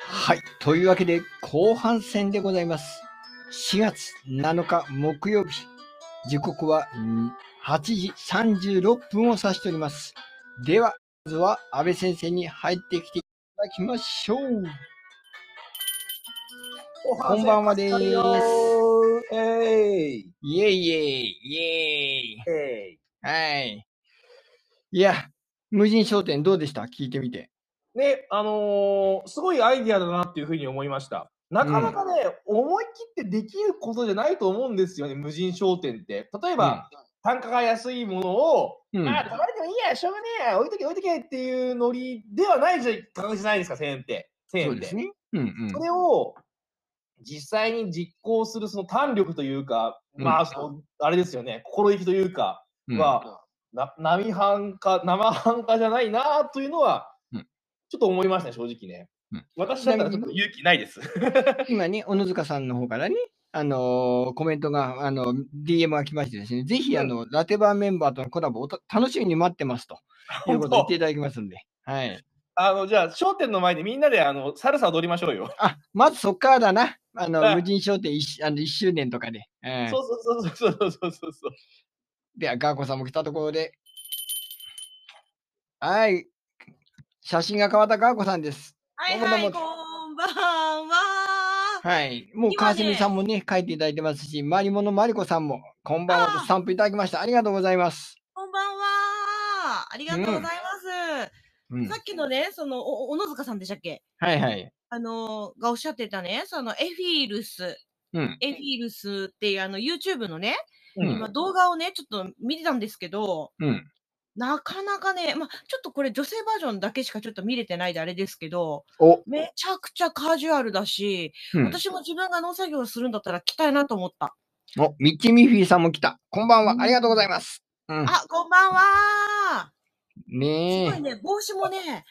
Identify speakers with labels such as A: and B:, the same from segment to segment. A: はい。というわけで、後半戦でございます。4月7日木曜日、時刻はん8時36分を指しております。では、まずは安倍先生に入ってきていただきましょう。こんばんはでーす
B: す。えい。
A: イェイイェイ、イェイ。
B: えい。
A: はい。いや、無人商店どうでした聞いてみて。
B: ね、あのーすごいアイディアだなっていうふうに思いました。なかなかね、思い切ってできることじゃないと思うんですよね、無人商店って。例えば、単価が安いものを、
A: うん。
B: まあ、取られてもいいや、しょうがねえや、置いとけ、置いとけっていうノリではないじゃ価格じゃないですか、1000円って。
A: そ
B: 1000円
A: う
B: っ
A: で
B: て。
A: すね。うんうん
B: そ。れを実際に実行するその胆力というか、
A: うん
B: まあ、そうあれですよね、心意気というか、
A: うん
B: は、な並半か、生半可じゃないなというのは、
A: うん
B: ちょっと思いましたね、正直ね。
A: うん
B: 私だったらちょっと勇気ないです。
A: 今ね、小野塚さんの方からね、あのーコメントが、あの DM が来ましてですね、ぜひ、
B: うん
A: あの、ラテバーメンバーとのコラボをた楽しみに待ってますということを言っていただきますんで、はい。
B: あのじゃあ、商店の前でみんなであのサルサ踊りましょうよ。
A: あ、まずそっからだな。あ
B: は
A: の、
B: い
A: 無人商店 1, あの一周年とかで、うん
B: そうそうそうそうそうそうそう。
A: では、ガーコさんも来たところで、はい。写真が変わったガーコさんです。
C: はい
A: どうも
C: は
A: どう
C: い、
A: も
C: こんばんは。
A: はい。もう
C: 今
A: 川
C: ね
A: 澄さんもね、書いていただいてますし、まりものまりこさんも、こんばんはとスタンプいただきました。ありがとうございます。
C: こんばんは。ありがとうございます。
A: うん、
C: さ
A: は
C: っきのね、その、お、お小野塚さんでしたっけ
A: いはい。
C: あのー、がおっしゃってたね、その、エフィールス、
A: うん。
C: エフィールスっていう、あの、YouTube のね、
A: うん
C: 今動画をね、ちょっと見てたんですけど、
A: うん。
C: なかなかね、まあ、ちょっとこれ女性バージョンだけしかちょっと見れてないであれですけど、
A: お、
C: めちゃくちゃカジュアルだし、
A: うん、
C: 私も自分が農作業をするんだったら着たいなと思った。
A: お、ミッチーミッフィーさんも来た。こんばんは
C: う。ん
A: ありがとうございます。うん。
C: あ、こんばんは。すご
A: ね
C: いね、帽子もね、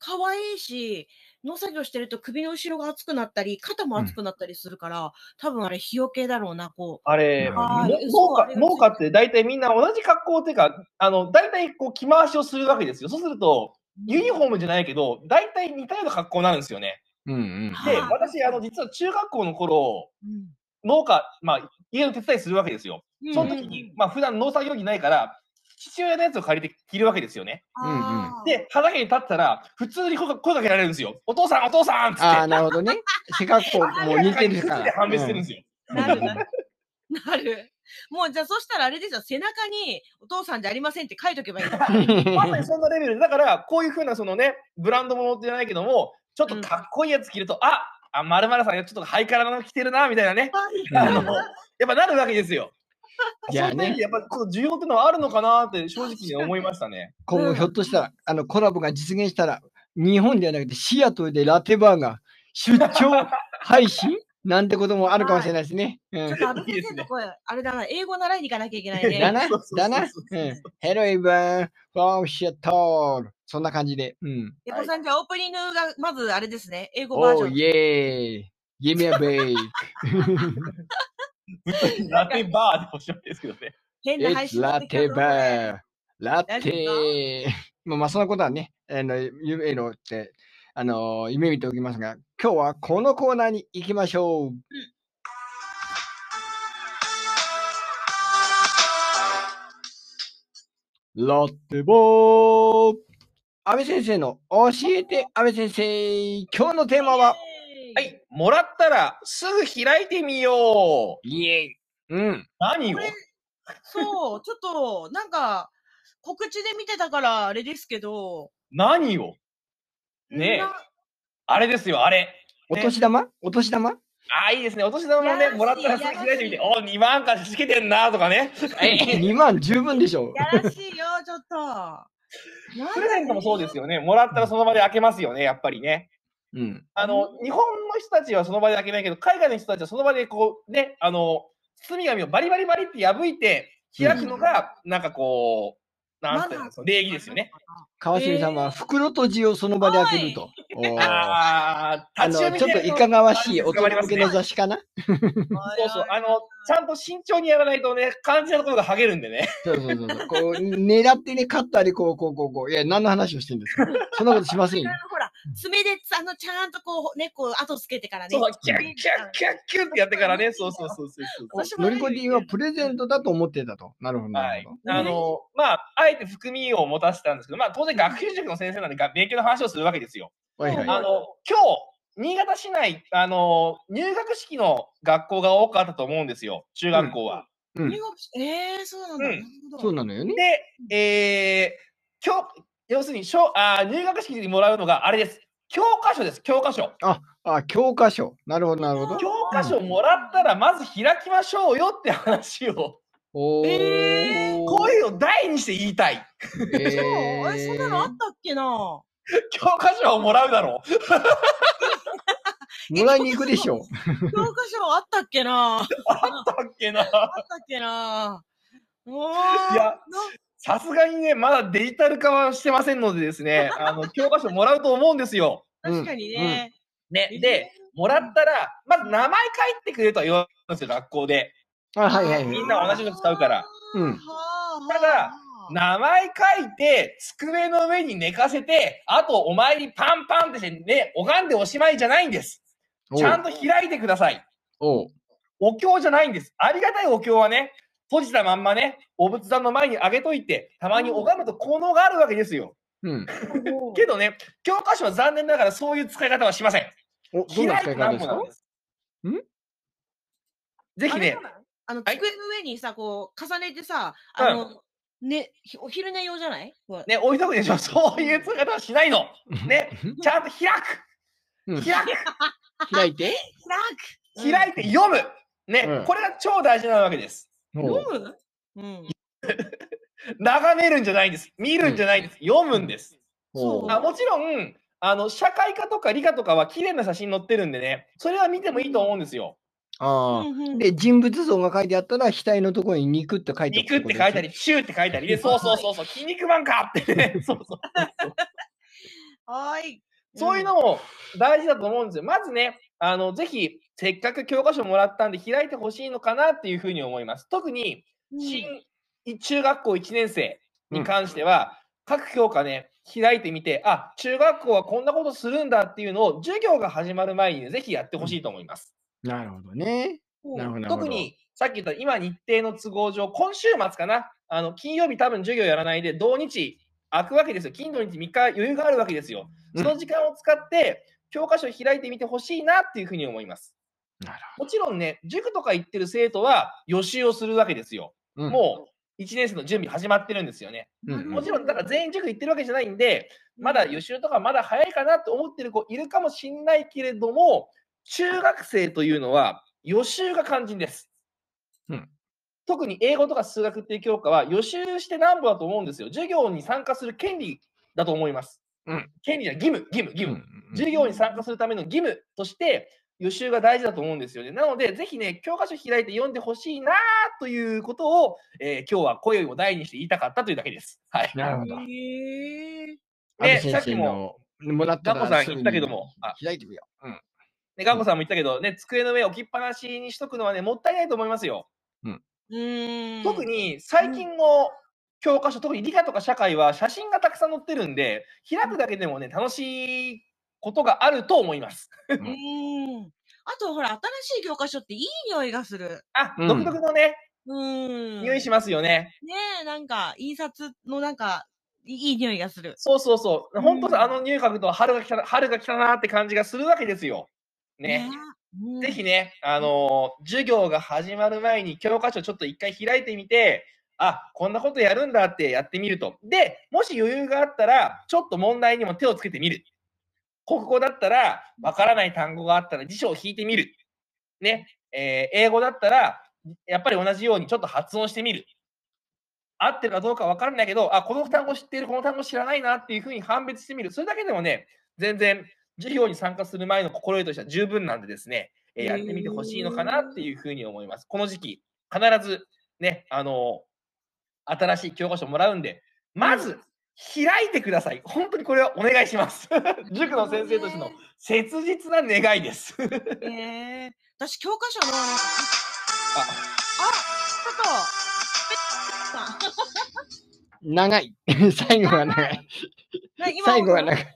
C: 可愛いし、農作業してると首の後ろが熱くなったり、肩も熱くなったりするから、多分あれ、日よけだろうな、こ
B: あれ、
C: はい
B: 農家農家って大体みんな同じ格好っていうか、あの大体こう着回しをするわけですよ。そうすると、
C: う。
B: ユニフォー
C: ム
B: ムじゃないけど、大体似たような格好になるんですよね。
A: え。うんうん。
C: は
B: で、
C: あー
B: 私、あの実は中学校の頃、農家、まあ、家の手伝いするわけですよ。その時に、まあ普段農作業着ないから、父親のやつを借りて着るわけですよね。
C: あー
B: で、畑に立ったら、普通に声声かけられるんですよ。お父さん、お父さんっつって。
A: ああ、なるほどね。背格好もう似てる
B: 靴
A: か
B: で
A: ら。
B: 判別してるんですよ。
C: なるなる。なる。もうじゃあ、そしたらあれですよ、背中にお父さんじゃありませんって書いとけばいいの。
A: うん
B: まさにそんなレベルで、だから、こういうふうな、そのね、ブランドものじゃないけども、ちょっとかっこいいやつ着ると、ああ、まるまるさん、ちょっとハイカラの着てるな、みたいなね。あの、やっぱなるわけですよ。
A: いやね
B: そんな意味でやっぱこう需要ってのはあるのかなって正直に思いましたね。
A: 今後ひょっとしたら、あの、コラボが実現したら、日本ではなくてシアトルでラテバーが出張配信なんてこともあるかもしれないですね。うん。
C: ちょっと安倍先生の声、あれだな、英語習いに行かなきゃいけないね。
A: だな
B: そうそうそうそ、う
A: だな。うん。Hello everyone from Seattle. そんな感じで。うん。
C: エコさん、じゃあオープニングが、まずあれですね、英語バージ
A: お
C: ョ
A: ー、
C: ン。
A: イェーイ。Give me a break.
B: ラテンバーでおっしゃってですけどね。
C: 変な配
A: It's
C: 信
A: ラテバー。ラ
C: 大
A: テ まあ、まあ、そのことはね、あの、夢のって、あの、夢見ておきますが、今日はこのコーナーに行きましょう。ラテバー安倍先生の教えて安倍先生今日のテーマは
B: は。い、もらったらすぐ開いてみよう。
A: イエイうん。
B: 何を
C: これそう、ちょっと、なんか、告知で見てたから、あれですけど。
B: 何をねえ
C: な
B: あれですよ、あれ。
A: お年玉、お年玉
B: ああ、いいですね。お年玉も
C: や
B: ね、
C: らしい
B: もらったらすぐ開いてみて、
C: や
B: お2万かしけてんなとかね。
A: ?2 万十分でしょう。
C: やらしいよ、ちょっと。なん。
B: プレゼントもそうですすよね。もらったらその場で開けますよね、やっぱりね。
A: うん。
B: あの、日本の人たちはその場で開けないけど、海外の人たちはその場でこう、ね、あの、包み紙をバリバリバリって破いて開くのが、なんかこう、なんていうの、その礼儀ですよね。。
A: 川澄さんは袋とじをその場で開けると。おーあ
B: ああ、立ち
A: の、
B: 読
A: ちょ
B: み
A: っと
B: で
A: いかがわしい
B: あれ
A: 大
B: 捕
A: 人
B: まりま
A: 向
B: す
A: け
B: ね
A: の雑誌かな
B: そうそう、あの、ちゃんと慎重にやらないとね、肝心なところがはげるんで ね。
A: そうそうそうそう。こう、狙ってね、カッターでこう、こう、こう、こう。いや、何の話をしてるんですかそんなことしません
C: あ
A: よ
C: の。ほら、爪であのちゃんとこうねこう後つけてからね。
B: そう、キャッキャッキャッキャッってやってからね。そうそうそうそう
A: お
B: そう。
C: 私も
A: のりこ D はプレゼントだと思ってたと。なるほど、な
B: は
A: る
B: い
A: ほど。、
B: あのまああえて含みを持たせたんですけど、まあ、当然学習塾の先生なんでが勉強の話をするわけですよ。
A: はい
B: あ
A: はい。
B: の今日新潟市内あの入学式の学校が多かったと思うんですよ中学校は。
A: うん
C: 入学式えー、そうなんだ。
B: うん
C: なるほど
A: そうなのよね。
B: で、えー、今日要するに小あー入学式にもらうのがあれです教科書です教科書。
A: あ、教科書。なるほど、なるほど。
B: 教科書もらったらまず開きましょうよって話を
A: おー
C: えー
B: こういうのを題にして言いたい。
A: え
C: そう
A: ー
C: えそんなのあったっけな
B: 教科書をもらうだろう。
A: もらいに行くでしょ。
C: 教科書あったっけなあ
B: だ
C: っ
B: っけな。
C: たっけなお
B: い
C: ー
B: や、さすがにね、まだデジタル化はしてませんのでですね、あの教科書もらうと思うんですよ。
C: 確かにね。
B: ね、で、もらったら、まず名前書いてくれとは言われるんですよ、学校で。
A: あ、はいはいはい
B: み。んな同じの使うから。
A: うん
B: ただ名前書いて、机の上に寝かせて、あとお前にパンパンってして、ね、拝んでおしまいじゃないんです。ちゃんと開いてください。
A: おう
B: お経じゃないんです。ありがたいお経はね、閉じたまんまね、お仏壇の前にあげといて、たまに拝むと効能があるわけですよ。
A: うん。
C: おー
B: けどね、教科書は残念ながらそういう使い方はしません。
A: お、どんな使い方ですか
B: 開いてなんぼなん
A: ん
B: ですぜひ
C: あれ
B: ね
C: じゃ、ないあの
B: はい
C: 机の上にさこう重ねてさあの、ねひお昼寝用じゃない？こう
B: ね、置いとくでしょ。そういう使い方はしないの。ね、ちゃんと開
A: うん
B: く。開く。
A: 開いて。
C: 開く
B: 開いて読む。ね、
A: うん
B: これが超大事なわけです。
A: おう
C: 読む？うん。
B: 眺めるんじゃないんです。見るんじゃないんです。読むんです。
A: おう
B: あもちろん、あの、社会科とか理科とかは綺麗な写真載ってるんでね、それは見てもいいと思うんですよ。
A: あ
C: うんう
A: あ。
C: ん
A: で、人物像が書いてあったら、額のところに肉って書いてお
B: 肉って書いたり、チューって書いたりで、そうそうそうそう、筋肉マンかってね、 そうそう。
C: はーい。
B: そういうのも大事だと思うんですよ。まずね、あのぜひ、せっかく教科書もらったんで、開いてほしいのかなっていうふうに思います。特に、
C: うん
B: 新中学校1年生に関しては、各教科ね、開いてみて、あ中学校はこんなことするんだっていうのを、授業が始まる前にね、ぜひやってほしいと思います。
A: なるほどね。なるほど。なるほど
B: 特。に、さっき言った、今、日程の都合上、今週末かな、あの金曜日、多分授業やらないで、土日、空くわけですよ。金土日3日余裕があるわけですよ。
A: うん
B: その時間を使って、教科書を開いてみてほしいなっていうふうに思います。
A: なる
B: もちろんね、塾とか行ってる生徒は予習をするわけですよ。
A: ほど。
B: もう1年生の準備始まってるんですよね。
A: うん、うん。
B: もちろん、だから全員塾行ってるわけじゃないんで、まだ予習とかまだ早いかなと思ってる子いるかもしんないけれども、中学生というのは予習が肝心です。
A: うん
B: 特に英語とか数学っていう教科は予習してなんぼだと思うんですよ。授業に参加する権利だと思います。
A: うん
B: 権利じゃない義務、義務、義務。
A: うん
B: 授業に参加するための義務として予習が大事だと思うんですよね。なので、ぜひね、教科書開いて読んでほしいなということを、えー今日は声を大にして言いたかったというだけです。はい。
A: なるほど。
C: へ
A: 安
C: ー
B: ね
A: 倍先生のもらった
B: ガ
A: ら
B: コさん
A: すぐ
B: 言
A: に
B: ったけども、あ
A: 開いてみよう。うん。
B: ね、ガコさんも言ったけど、ね、机の上置きっぱなしにしとくのはね、もったいないと思いますよ。
C: うーん。
B: 特に最近の教科書、特に理科とか社会は写真がたくさん載ってるんで、開くだけでもね、楽しいことがあると思います。
C: うーん。あとほら新しい教科書っていい匂いがする。
B: あ、
A: うん
B: 独特のね、
C: うーん。
B: 匂いしますよね。
C: ねえなんか印刷のなんかいいい匂いがする。
B: そうそうそう。本当さ、
C: うん
B: あの入学と春が来た、春が来たなって感じがするわけですよ。ね。
C: うん
B: ぜひね、あのー授業が始まる前に教科書ちょっと一回開いてみて、あ、こんなことやるんだってやってみると。で、もし余裕があったら、ちょっと問題にも手をつけてみる。国語だったら、わからない単語があったら辞書を引いてみる。ね。えー英語だったら、やっぱり同じようにちょっと発音してみる。合ってるかどうかわからないけど、あ、この単語知ってる、この単語知らないなっていうふうに判別してみる。それだけでもね、全然授業に参加する前の心得としては十分なんでですね、えーやってみてほしいのかなっていうふうに思います。この時期、必ずね、あの新しい教科書もらうんで、まず開いてください。本当にこれはお願いし ます。塾の先生としての切実な願いです。
C: えー私教科書のなんか
B: あ
C: あちょっと
A: 長い。最後が長い。
C: な今
A: 最後が長い。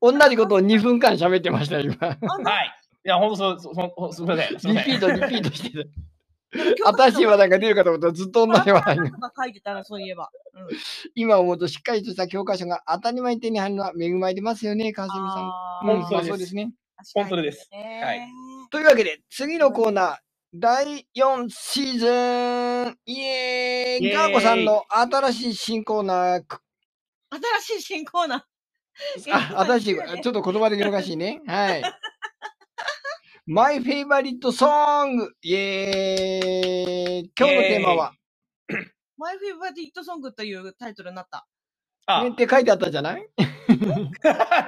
A: 同じことを2分間喋ってましたよ、今。
B: はい。いや、ほんとそう、そそ そすみません。すみ
A: リ
B: ま
A: ピ
B: せ
A: ー
B: ん。
A: ト、リピート してた。新
C: 私
A: しい話題が出るかと思ったらずっと同じ話題が。
C: が書いてたら、そういえば。うん、
A: 今思うとしっかりとした教科書が当たり前に手に入るのは恵まれてますよね、川澄さん。
C: あー
A: うん
B: 本当
A: まあ
B: です
A: そうですね。
B: 本当です。
C: 確かにね
B: はい
A: というわけで、次のコーナー、第4シーズン、イエー
B: イエー
A: イ
B: イ
A: ガーコさんの新しい新コーナー、く
C: 新しい新コーナー。
A: あ、新しい、ちょっと言葉で難しい ね。はい。マイフェイバリットソング、イエーイ今日のテーマは、
C: マイフェイバリットソングというタイトルになった。
A: ね
B: あ
A: っ、て書いてあったじゃない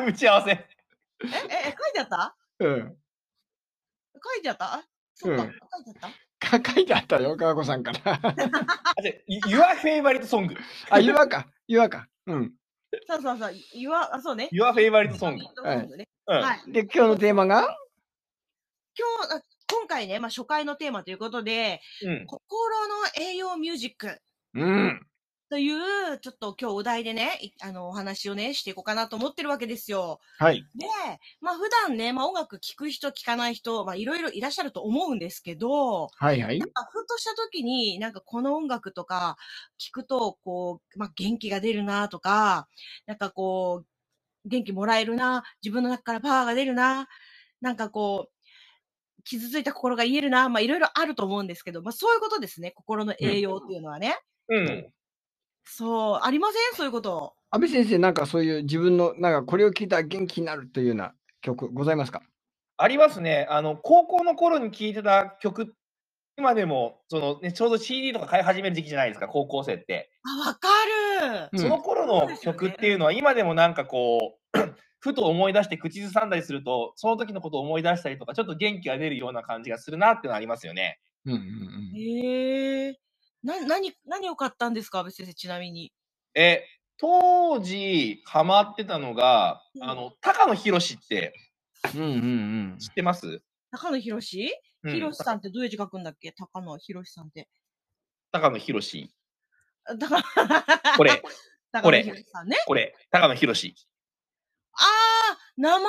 B: 打ち合わせ。
C: え、え、え書いてあった
A: うん。
C: 書いてあったそっか、
A: うん
C: 書いてあった
A: か 書いてあったよ、川子さんから。
B: あ、じゃ、Your favorite song。
A: あ、言わか、言わか。うん。
C: そうそうそう、言わ、あ、そうね。
B: Your favorite song。
A: はい
C: ソングね
B: うん。
C: はい。
A: で、今日のテーマが、
C: 今日、あ今回ね、まあ、初回のテーマということで、
B: うん。
C: 心の栄養ミュージック
A: うん。
C: という、ちょっと今日お題でね、いあの、お話をね、していこうかなと思ってるわけですよ。
A: はい。
C: で、まあ、普段ね、まあ、音楽聴く人、聴かない人、まあ、いろいろいらっしゃると思うんですけど、
A: はいはい
C: な。んか、ふとした時に、なんか、この音楽とか、聴くと、こう、まあ、元気が出るなとか、なんかこう、元気もらえるな、自分の中からパワーが出るな、なんかこう、傷ついた心が癒えるな、まあ、いろいろあると思うんですけど、まあ、そういうことですね、心の栄養っていうのはね。
B: うん。
C: そう、ありませんそういうこと。
A: 安倍先生、なんかそういう自分の、なんかこれを聞いたら元気になるというような曲ございますか
B: ありますね。あの、高校の頃に聴いてた曲。今でも、その、ね、ちょうど CD とか買い始める時期じゃないですか、高校生って。
C: あ、わかる。
A: うん
B: その頃
C: そう
B: の
C: ですよね
B: 曲っていうのは、今でもなんかこう、 ふと思い出して口ずさんだりすると、その時のことを思い出したりとか、ちょっと元気が出るような感じがするなってのありますよね。
A: うんうんうん。
C: へえ。な、何、何を買ったんですか安部先生、ちなみに。
B: え、当時ハマってたのが、あの、高野宏って
A: うんうんうん。
B: 知ってます、
C: 高野博士
B: うん
C: 博士さんってどういう字書くんだっけ高野博士さんって。
B: 高野宏。
C: あ だから、
B: これ、こ
C: 高野
B: れ
C: 博士さんね。
B: これ、高野宏。
C: ああ、名前は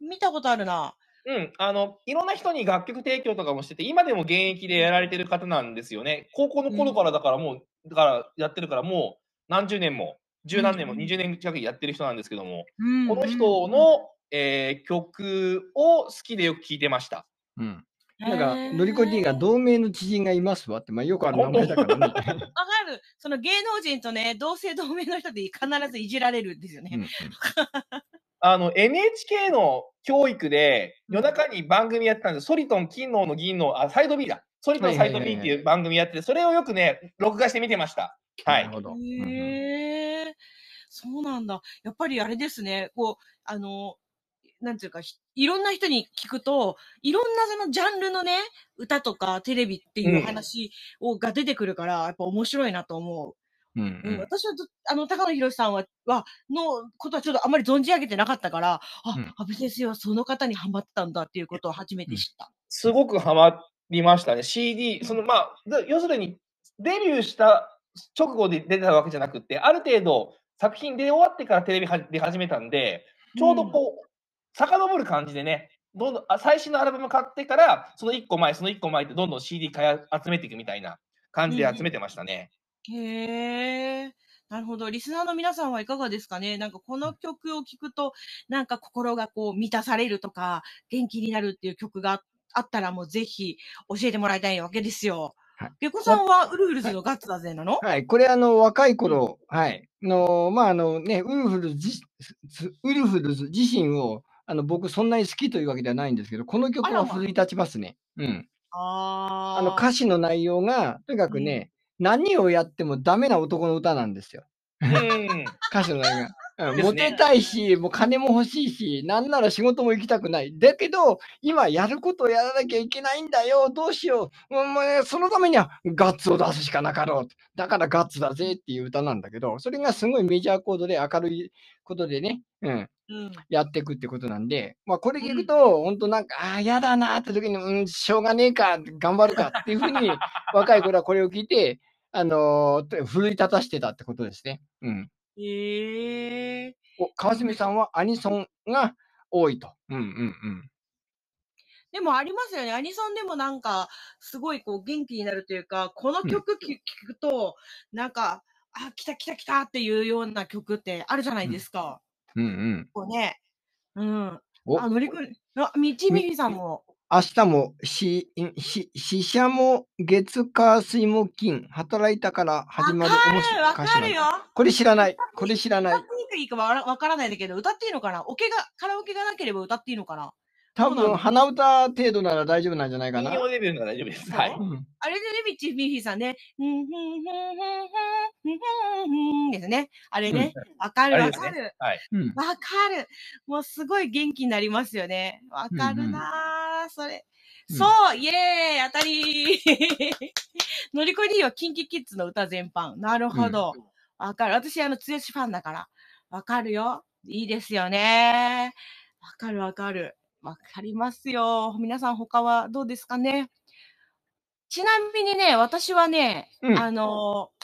C: 見たことあるな。
B: うん、あの、いろんな人に楽曲提供とかもしてて、今でも現役でやられてる方なんですよね。高校の頃からだからもう、だからやってるからもう何十年も、十何年も、
C: うん
B: 20年近くやってる人なんですけども、
C: うん
B: この人、の、えー曲を好きでよく聴いてました。
A: うん、
C: うん
A: なんか、のりこ D が
C: へー
A: 同盟の知人がいますわって、まあ、よくある名前だからね。
C: わかる。その芸能人とね、同姓同名の人で必ずいじられるんですよ
A: うんう
C: ね。
A: ん
B: あの、NHK の教育で
C: うん
B: 夜中に番組やってたんですソリトン、金のの銀の、あ、サイド B だ。ソリトン、サイド
A: はい
B: B
A: はいはい
B: って
A: はい
B: いう番組やってて、それをよくね、録画して見てました。は
A: ないる。ほど。うんうん
C: へえ、そうなんだ。やっぱりあれですね、こう、あの、なんていうか、ひいろんな人に聞くと、いろんなそのジャンルのね、歌とかテレビっていう
B: うん
C: 話を、が出てくるから、やっぱ面白いなと思
A: うん
C: う。
A: う
C: うん
A: ん
C: 私はど、あの、高野博さんは、は、のことはちょっとあまり存じ上げてなかったから、あ、
A: うん
C: 安倍先生はその方にハマったんだっていうことを初めて知った。
B: すごくハマりましたね。CD、そのまあ、だ要するにデビューした直後で出たわけじゃなくて、ある程度作品出終わってからテレビは出始めたんで、ちょうどこう、遡る感じでね、どんどんあ最新のアルバム買ってから、その1個前、その1個前ってどんどん CD 買い集めていくみたいな感じで集めてましたね。
C: へえ。なるほど。リスナーの皆さんはいかがですかねなんかこの曲を聴くと、なんか心がこう満たされるとか、元気になるっていう曲があったらもうぜひ教えてもらいたいわけですよ
A: はい。
C: ゲコさんはウルフルズのガッツだぜなの
A: はい、これあの若い頃、はい、のまああのねウルフルズ自ウルフルズ自身をあの僕そんなに好きというわけではないんですけど、この曲
C: あら
A: は
C: ま
A: 奮い立ちますね。うん。
C: あー
A: あの歌詞の内容がとにかくね、何をやってもダメな男の歌なんですよ。
B: うん。
A: 歌手の映画。うん
B: ですね
A: モテたいし、もう金も欲しいし、なんなら仕事も行きたくない。だけど、今やることをやらなきゃいけないんだよ、どうしよう。うんまあそのためにはガッツを出すしかなかろう。だからガッツだぜっていう歌なんだけど、それがすごいメジャーコードで明るいことでね、うん、
C: うん
A: やっていくってことなんで、まあこれ聞くと、本当なんか、ああ、やだなーって時に、うん、しょうがねえか、頑張るかっていうふう に、若い頃はこれを聞いて、あのー奮い立たしてたってことですね。うん。
C: ええ
A: お川澄さんはアニソンが多いと。うんうんうん。
C: でもありますよね。アニソンでもなんか、すごいこう元気になるというか、この曲き聞くと、なんか、あ、来た来た来たっていうような曲ってあるじゃないですか。
A: うんうん。
C: こうね。うん。
A: お
C: あ、乗りくあ、みちみりさんも。
A: 明日もし、んし、死者も月火水木金、働いたから始まる
C: わか
A: 面
C: る
A: 白い
C: わ
A: 歌
C: か
A: 詞
C: る
A: なん
C: よ
A: だ。。これ知らない。これ知らな
C: 歌っ
A: い
C: て。いいかいいかわらわからないんだけど、歌っていいのかなオケが、カラオケがなければ歌っていいのかな
A: 多
C: そうな
A: 分、
C: の
A: 鼻歌程度なら大丈夫なんじゃないか
B: 民
A: な。
B: 謡レベルなら大丈夫です。
C: そう
B: はい。
A: うん
C: あれでね、みちみりさんね。うん、ふん、ふん、ふん、ふん、ふん、ふん、ですね。あれね。わかる
B: あ
C: わ
B: れです
C: かる。
A: うん。
C: わかる。もうすごい元気になりますよね。わかるなー、それ。
A: うん
C: そう、イエーイ当たりー のりこりーはキンキキッズの歌全般。なるほど。わ、かる。私、あの、つよしファンだから。わかるよ。いいですよね。わかるわかる。わかりますよ。皆さん他はどうですかね。ちなみにね、私はね、
A: うん
C: あのー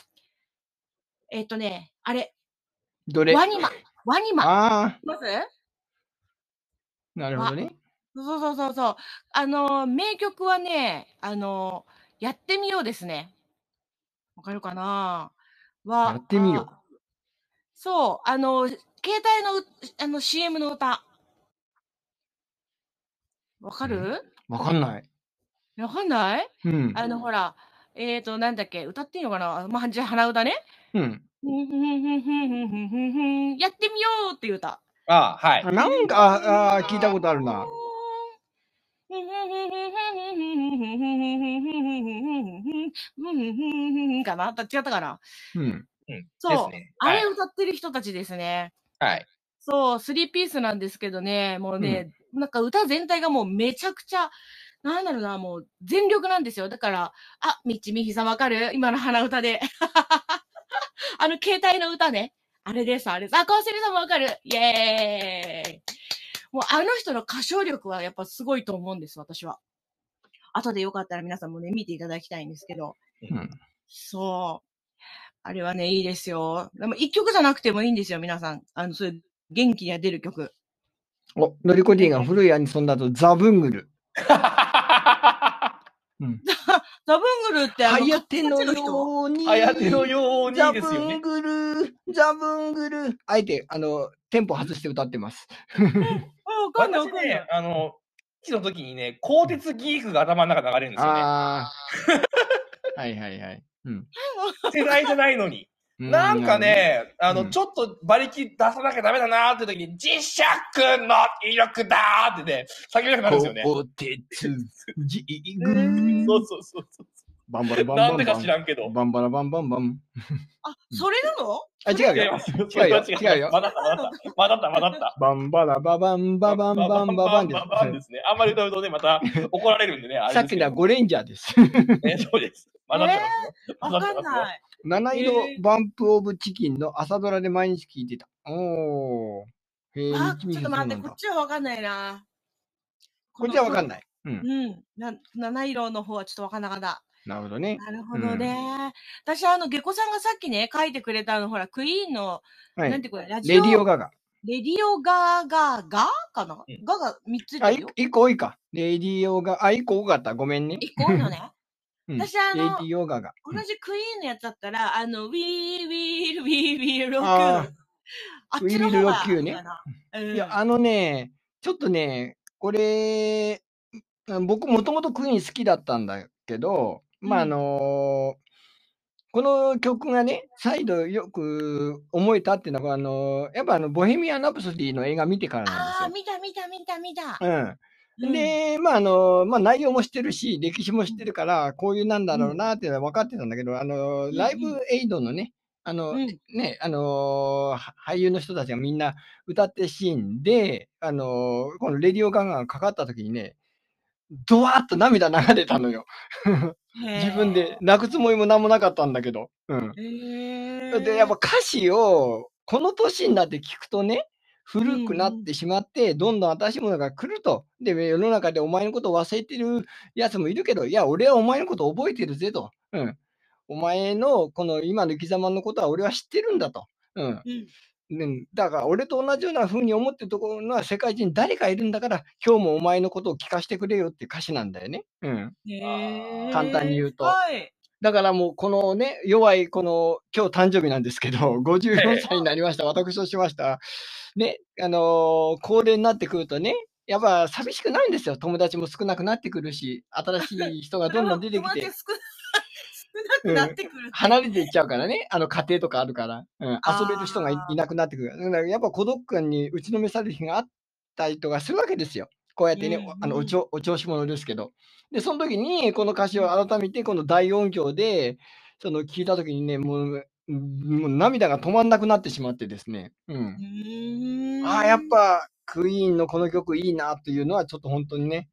C: えっ、とね、あれ、
A: どれ
C: ワニマ。ワニマ。
A: ああ、
C: います
A: なるほどね。
C: そうそうそうそう。あのー、名曲はね、あのー、やってみようですね。わかるかなは。
A: やってみよう
C: あ。そう、あのー、携帯のうあの CM の歌。わかる
A: わかんない。
C: わかんない
A: うん。
C: あの、ほら、えっ、ー、と、なんだっけ、歌っていいのかなまあ、じゃあ、鼻歌ね。
A: うん。
C: ふんふんふんふんふんふんふんふんやってみようっていう歌。
B: ああ、はい。
A: あなんか、ああー、聞いたことあるな。
C: かな違ったかな
A: うん。
B: うん
C: そう、
B: ですね。
C: あ
B: はい
C: れ。歌ってる人たちですね。
B: はい。
C: そう、スリーピースなんですけどね、もうね、なんか歌全体がもうめちゃくちゃ、なんだろうな、もう全力なんですよ。だから、あ、みっちみひさんわかる今の鼻歌で。 あの、携帯の歌ね。あれです、あれです。あ、川澄さんもわかるイエーイもうあの人の歌唱力はやっぱすごいと思うんです、私は。後でよかったら皆さんもね、見ていただきたいんですけど。
A: うん
C: そう。あれはね、いいですよ。でも一曲じゃなくてもいいんですよ、皆さん。あの、そういう元気が出る曲。
A: お、のりこディが古いアニソンだとザ・ブングル。
C: ザブングルってあ
A: は
C: の、
A: やての
C: カッチカチ人
A: ように。
B: あやてのように
A: ザ・
B: で
A: ブ
B: すよね
A: ン。グル、ザ・ブングル。あえて、あの、テンポ外して歌ってます。
C: あわかんない、わ
B: 私
C: かんない
B: ね、あの、期の時にね、鋼鉄ギークが頭の中流れるんですよね。
A: ああ。 はいはいはい。うん。
B: 世代じゃないのに。なんか、ね、あの、
A: うん
B: ちょっと馬力出さなきゃダメだなーって時に、磁石の威力だーってね、叫びたくなるんですよね。
A: 鋼鉄、ジーグ
B: そうそうそうそ
A: バンバラバ
B: う。
A: ンバン
B: なん
A: バ
B: で
A: ン。
B: か知らんけど。
A: バンバラバンバンバン。
C: あ、それなの
A: あ、違う
B: 違い
A: よ
B: ま。す。違
A: 違うよ
B: う
A: 違うよ
B: まだった、まだった。まだった、まだった。
A: バンバラババンババンバンババンで
B: ババンですね。あんまり歌うとね、また怒られるんでね。あ
A: す。
B: れ
A: さ
B: で
A: っ
B: す
A: き
B: け
A: の
B: ど
A: はゴレンジャーです。
B: ねそうです。まだった
C: わ
B: まだ
C: かん
B: い。
C: ない。
A: 七色
C: えー
A: バンプオブチキンの朝ドラで毎日聞いてた。おー。へー
C: あ、
A: み
C: ち
A: ち
C: ょ
A: み
C: っ
A: ひさんそ
C: と待
A: うな
C: って、
A: ん
C: こ
A: だ
C: っちはわかんないな。
A: こっちはわかん
C: い。
A: ない。うん。
C: うん。な七色の方はちょっとわかんなかった。
A: なるほどね。
C: なるほどね。私、あの、下戸さんがさっきね、書いてくれたあの、ほら、クイーンの、
A: は
C: なん
A: い。
C: ていうか、ラジ
A: レデ
C: オ、
A: ィオガガ。
C: レディオガーガーガーかな
B: うん
C: ガが3つ
A: あ、
C: だ
A: い
C: よ。
A: 一個多いか。レディオガ、あ、一個多かった。ごめんね。
C: 1個多いのね。
A: うん
C: 私あの
A: レディオガガ。
C: 同じクイーンのやつだったら、あの、ウィーウィーウィーウィーロック。
A: あー
C: あっちの方
A: We
C: が
A: Will Rock You ね
C: かな。う
A: うん
C: ん
A: いや、あのね、ちょっとね、これ、うん僕もともとクイーン好きだったんだけど、まあ、あ
C: うん
A: のこの曲がね、再度よく思えたっていうのが、あのやっぱあの、ボヘミアン・ラプソディの映画見てから
C: あ
A: な
C: ー
A: んで
C: 見た見た見た見た
A: す。よ。う
C: うん
A: ん。で、まあ、あのまあ、内容も知ってるし、歴史も知ってるから、こういうなんだろうなっていうのは分かってたんだけど、あの
C: うん
A: ライブエイドのね、あの、
C: うん
A: ね、あのーは俳優の人たちがみんな歌ってるシーンで、あのーこのレディオガンガンかかった時にね、ドワーッと涙流れたのよ。
C: へー
A: 自分で。泣くつもりも何もなかったんだけど。うん。
C: へー
A: で、やっぱ歌詞を、この年になって聞くとね、古くな
C: うんう
A: っ
C: ん
A: てしまって、どんどん新しいものが来ると。で、世の中でお前のことを忘れてるやつもいるけど、いや、俺はお前のことを覚えてるぜと。うん。お前のこの今の生き様のことは俺は知ってるんだと。うん
C: うん
A: ね、だから俺と同じような風に思ってるところのは世界中に誰かいるんだから今日もお前のことを聞かせてくれよっていう歌詞なんだよね。うん、
C: へー
A: 簡単に言うと
C: はい。
A: だからもうこのね弱いこの今日誕生日なんですけど54歳になりました私としましたねあのー高齢になってくるとねやっぱ寂しくないんですよ友達も少なくなってくるし新しい人がどんどん出てき
C: 友達
A: て
C: が少な少なくなってくる。
A: 離れていっちゃうからね、あの家庭とかあるから、うん、遊べる人がい
C: あ
A: いなくなってくる。だからやっぱ孤独感に打ちのめされる日があったりとかするわけですよ。こうやってね、
C: うんうん
A: あのおちょお調子者ですけど。で、その時にこの歌詞を改めてこの大音響で、その聞いた時にね、もう、うんもう涙が止まんなくなってしまってですね。うん
C: う。ーん
A: ああ、やっ。ぱクイーンのこの曲いいなというのはちょっと本当にね、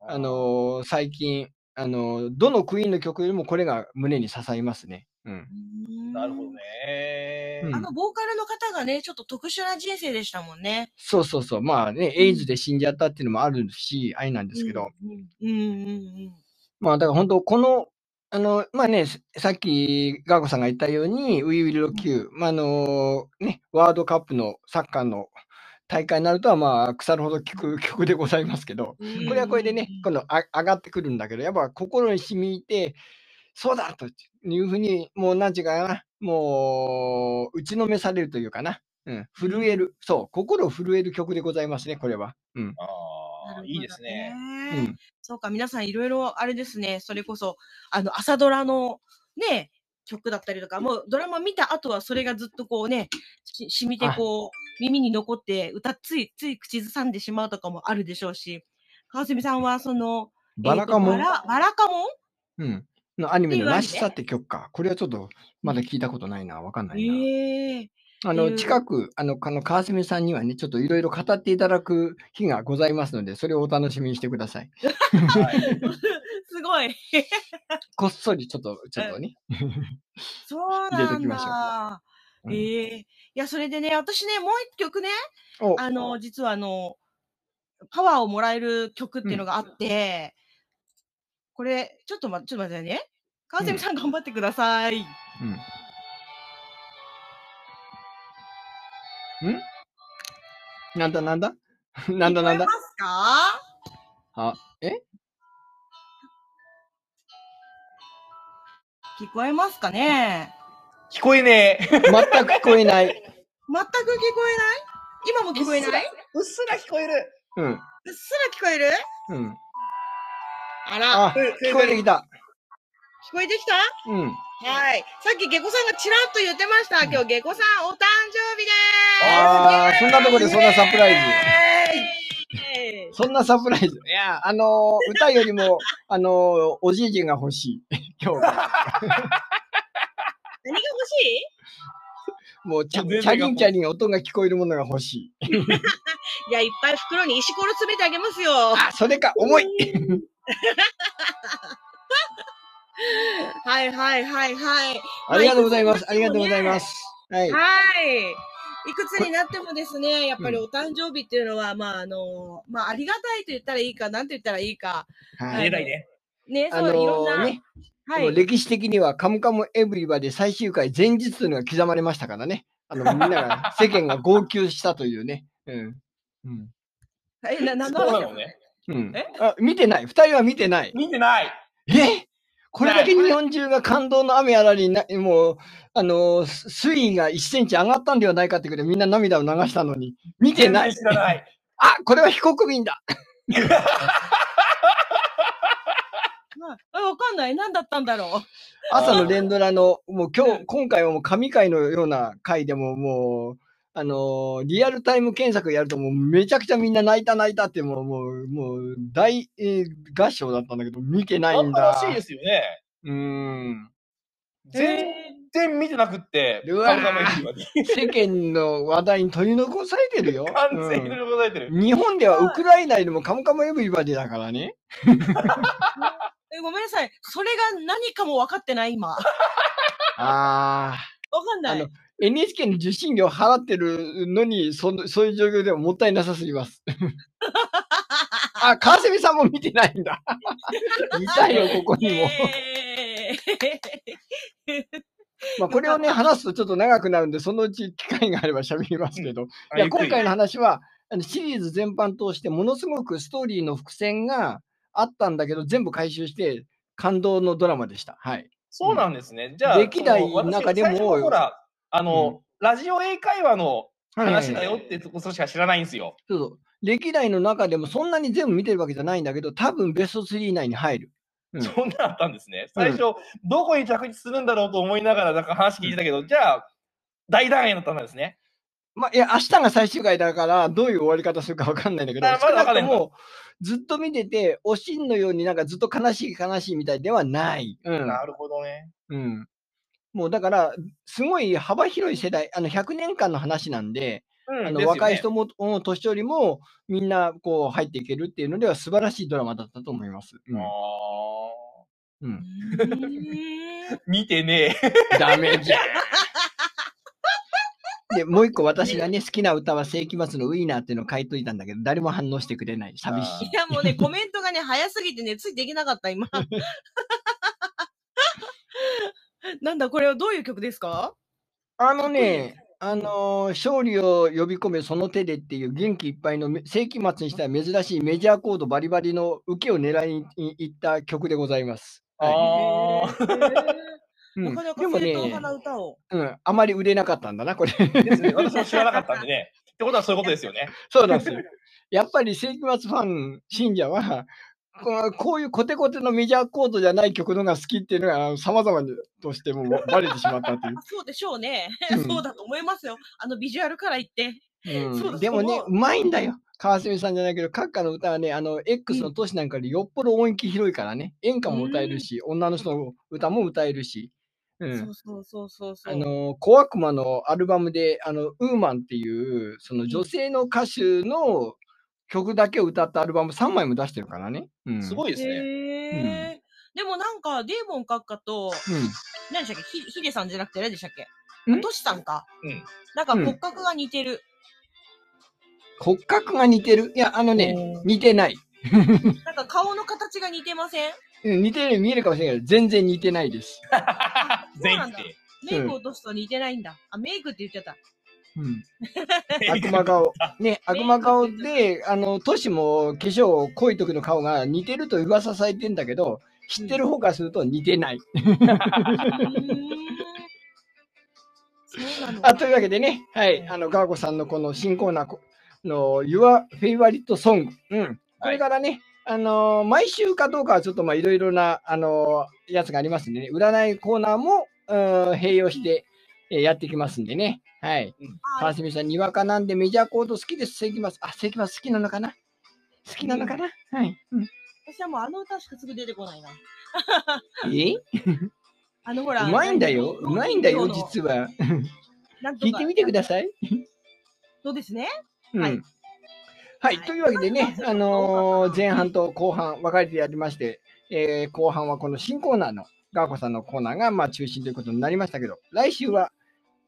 A: あのー最近、あのーどのクイーンの曲よりもこれが胸に刺さりますね。うん。
C: うーん
B: なるほど。ね。
A: うん
C: あの、ボーカルの方がね、ちょっと特殊な人生でしたもんね。
A: そうそうそう。まあね、エイズで死んじゃったっていうのもあるし、愛なんですけど。
C: うん。うんうんうん。
A: まあだから本当、この、あの、まあね、ささっき、ガーゴさんが言ったように、We Will Rock You、まああのね、ワールドカップのサッカーの大会になるとは、まあ、腐るほど聞く 曲でございますけど、
C: うん
A: これはこれでね、今度あ上がってくるんだけど、やっぱ心に染みて、そうだというふうに、もう何て言うかな、もう打ちのめされるというかな、うん、震える、そう、心を震える曲でございますね、これは。うん。
C: なる
B: あ
C: ほ
B: あ、
C: ど
B: いいですね。。
A: うん、
C: そうか、皆さんいろいろあれですね、それこそ、あの、朝ドラのね、曲だったりとか、もうドラマ見た後はそれがずっとこうね、し染みて
A: はい
C: こう、耳に残って歌、ついつい口ずさんでしまうとかもあるでしょうし、川澄さんはその、
A: バラカモ
C: え
A: ン
C: ーとバラバラカモ
A: う
C: ン
A: ん、のアニメ
C: ってい
A: の
C: うアニ
A: ら
C: メ
A: しさって曲か。これはちょっとまだ聞いたことないな。わかんないな。
C: ええ
A: あ
C: う
A: の、
C: ん
A: 近く、あの、あの川澄さんにはね、ちょっといろいろ語っていただく日がございますので、それをお楽しみにしてください。
B: はい
C: すごい。
A: こっそりちょっと、ちょっとね。
C: そう
A: 入れ
C: な
A: とき
C: ん
A: ましょう
C: だ。
A: うん
C: ええいや、それでね、私ね、もう一曲ね、
A: お
C: あの、実はあの、パワーをもらえる曲っていうのがあって、これ、ちょっとま、ちょっと待ってね。川澄さん頑張ってください。
A: うん。んなんだなんだなんだなんだ
C: 聞こえますか
A: あ、え
C: 聞こえますかね
B: 聞こえねえ。
A: 全く聞こえない。
C: 全く聞こえない今も聞こえないう
B: っすら聞こえる。
A: うん。
C: うっすら聞こえる
A: うん。
C: あら、
A: あ、聞こえてきた。
C: 聞こえてきた
A: うん。
C: はい。さっき下戸さんがちらっと言ってました。今日下戸さんお誕生日で
A: ああ、そんなとこでそんなサプライズ。
C: ーす。
A: そんなサプライズ。いや、あのー歌よりも、あのーおじいじが欲しい。 今日、
C: 何が欲しい
A: もうチャ、
B: 全然が
A: チャリンチャリン音が聞こえるものが欲しい。
C: いや、いっぱい袋に石ころ詰めてあげますよ。
A: あ、それか、重い。
C: はいはいはいはい。
A: ありがとうございます。
C: まあ
A: ありがとうございます。はい。
C: はい。いくつになってもですね、やっぱりお誕生日っていうのは、まああの、まあありがたいと言ったらいいか、なんて言ったらいいか。
A: は
B: 言え
A: い。
B: ないね。
C: ね、
A: あ
C: そう、いろ
A: の
C: ん
A: ー
C: な。
A: ね、
C: は
A: でも
C: い。
A: 歴史的には、カムカムエブリバで最終回前日というのが刻まれましたからね。あの、みんなが、世間が号泣したというね。うん。うん。
C: え、な、なんの
B: そうな
C: 話
B: のね。
A: うん
C: え、
A: あ見てない。二人は見てない。
B: 見てない。
A: えこれだけ日本中が感動の雨あらりな、もう、あのー、す水位が1センチ上がったんではないかってくらいみんな涙を流したのに、見てない
B: 全然。知らない。
A: あ、これは被告便だ。
C: はいえわかんない。何だったんだろ
A: 朝の連ドラの、もう今
C: う
A: 日、今回はもう神回のような回でももう、あのーリアルタイム検索やるともうめちゃくちゃみんな泣いた泣いたってもう、もう、もう大、えー合唱だったんだけど、見てないん
B: あ
A: だ
B: った。らしいですよね。
A: うーん。
C: う。
B: 全
C: えー
B: 然見てなくって。
A: うわー
B: カムカムエヴリバに
A: 世間の話題に取り残されてるよ。
B: 完全に
A: うん
B: 残されてる。
A: 日本ではウクライナよりもカムカムエブリバディだからね。
C: えごめんなさい。それが何かも分かってない、 今。わ
A: ああ。
C: かんな
A: あ
C: い
A: の。NHK の受信料払ってるのに、そのそういう状況ではもったいなさすぎます。あ、川澄さんも見てないん だ。見たいよ、ここにも。
C: えー
A: まあ、これをね、話すとちょっと長くなるんで、そのうち機会があれば喋りますけど、いや
B: ゆっく
A: 今
B: り
A: 回の話は、あのシリーズ全般通して、ものすごくストーリーの伏線があったんだけど、全部回収して、感動のドラマでした。はい。
B: そうなんですね。じゃあ、
A: 歴代
B: その私
A: 中でも
B: 最初のほら、あの、ラジオ英会話の話だ
A: はい
B: よってとこそしか知らないんですよ。
A: そうそう歴代の中でもそんなに全部見てるわけじゃないんだけど、多分ベスト3以内に入る。うん
B: そんなあったんですね。最初、どこに着地するんだろうと思いながら、なんか話聞いてたけど、じゃあ、大団円だったんですね。
A: まあ、いや、明日が最終回だから、どういう終わり方するか分かんないんだけど、
B: あまだ
A: 少なく
B: 分か
A: と
B: んない
A: も、ずっと見てて、おしんのようになんかずっと悲しい悲しいみたいではない。うん。
B: なるほどね。
A: うん。もうだから、すごい幅広い世代、あの、100年間の話なんで、
B: うん
A: あ
B: です
A: の
B: よね
A: 若い人も、うん年寄りも、みんなこう入っていけるっていうのでは素晴らしいドラマだったと思います。うん
B: あ
A: うん、
C: うーん
B: ー見てねえ。
A: ダメじゃん。で、もう一個私がね、好きな歌は世紀末のウィーナーっていうのを書いといたんだけど、誰も反応してくれない。寂しい
C: い。や、もうね、コメントがね、早すぎてね、ついていけなかっ た、今。なんだ、これはどういう曲ですか
A: あのね、あのー勝利を呼び込めその手でっていう元気いっぱいのめ世紀末にしては珍しいメジャーコードバリバリの受けを狙いにいった曲でございます。は
B: あー
C: へー
A: いうん
C: なかなか
A: でも
C: 正
A: ね、
C: 当派な歌を。
A: うん、あまり売れなかったんだな、これ。
B: ですね。私も知らなかったんでね。ってことはそういうことですよね。
A: そうなんですよ。やっぱり世紀末ファン、信者は、ここういうコテコテのメジャーコードじゃない曲のが好きっていうのが、さまざまとしてもうバレてしまったという
C: あそうでしょうね。
A: うん
C: そうだと思いますよ。あのビジュアルから言って。
A: うん
C: そうだ
A: でもね
C: そ、
A: うまいんだよ。川澄さんじゃないけど、閣下の歌はね、あの、X の都市なんかよりよっぽど音域広いからね、演歌も歌えるし、女の人の歌も歌えるし、うん
C: そうそうそうそうそう。
A: あの、小悪魔のアルバムで、あの、ウーマンっていう、その
C: ん
A: 女性の歌手の曲だけを歌ったアルバム3枚も出してるからね。うん、
B: すごいですね。
C: へーでもなんか、デーモン閣下と、何でしたっけヒヒデさんじゃなくて何でしたっけ
A: ん
C: トシさんか。
B: うん
C: なんか
A: うん
C: 骨格が似てる。
A: 骨格が似てる。いや、あのね、似てない。
C: なんか顔の形が似てません
A: うん似てるように見えるかもしれないけど、全然似てないです。
B: 全員来て。
C: メイク落とすと似てないんだ。あ、メイクって言っち ゃった。
A: うん悪魔顔。 ね、悪魔顔で、あの、都市も化粧濃い時の顔が似てると噂されてんだけど、知ってる方からすると似てない。
C: うーんそうなの
A: あというわけでね、はい、あの、ガーゴさんのこの新コーナーこの Your Favorite Song。うん。これからね、あのー毎週かどうかはちょっとまあいろいろな、あのーやつがありますんでね、占いコーナーも、うん、併用して、えーやっていきますんでね。はい。
C: は
A: 川
C: い
A: 澄さん、にわかなんでメジャーコード好きです。関松。あ、関松好きなのかな好きなのかな、はい。
C: 私はもうあの歌しかすぐ出てこないな。
A: え
C: あのほら。
A: うまいんだよ。うまいんだよ、実は。
C: は
A: 聞いてみてください。
C: そうですね。
A: うん。は
C: はいい、
A: というわけでね、あのー前半と後半分かれてやりまして、えー後半はこの新コーナーのガーコさんのコーナーがまあ中心ということになりましたけど、来週は、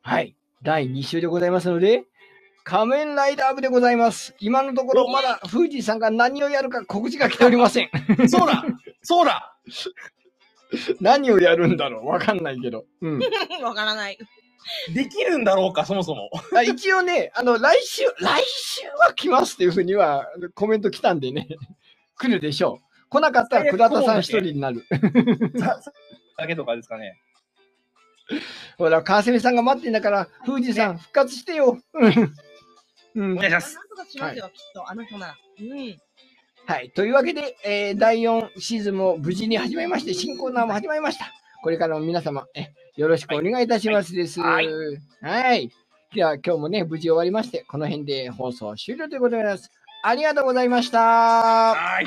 A: はい、第2週でございますので、仮面ライダー部でございます。今のところまだ富士さんが何をやるか告知が来ておりません。
B: そうだそうだ
A: 何をやるんだろうわかんないけど。
C: わからない。
B: できるんだろうか、そもそも。
A: あ一応ね、あの、来週、来週は来ますっていうふうにはコメント来たんでね、来るでしょう。来なかったら倉田さん一人になる。
B: ざざだけとかですかね。
A: ほら、川澄さんが待ってんだから、富士さん復活してよ。うんう
B: お
A: ん
B: 願いしま
C: なん
B: す。
C: とかしますよ、きっと。あの人なら。うん。
A: はい。というわけで、えー第4シーズンも無事に始めまして、新コーナーも始まりました。これからも皆様、えよろしくお願いいたしますです。
B: はい
A: はいでは、今日もね、無事終わりまして、この辺で放送終了ということになります。ありがとうございました。
B: はい。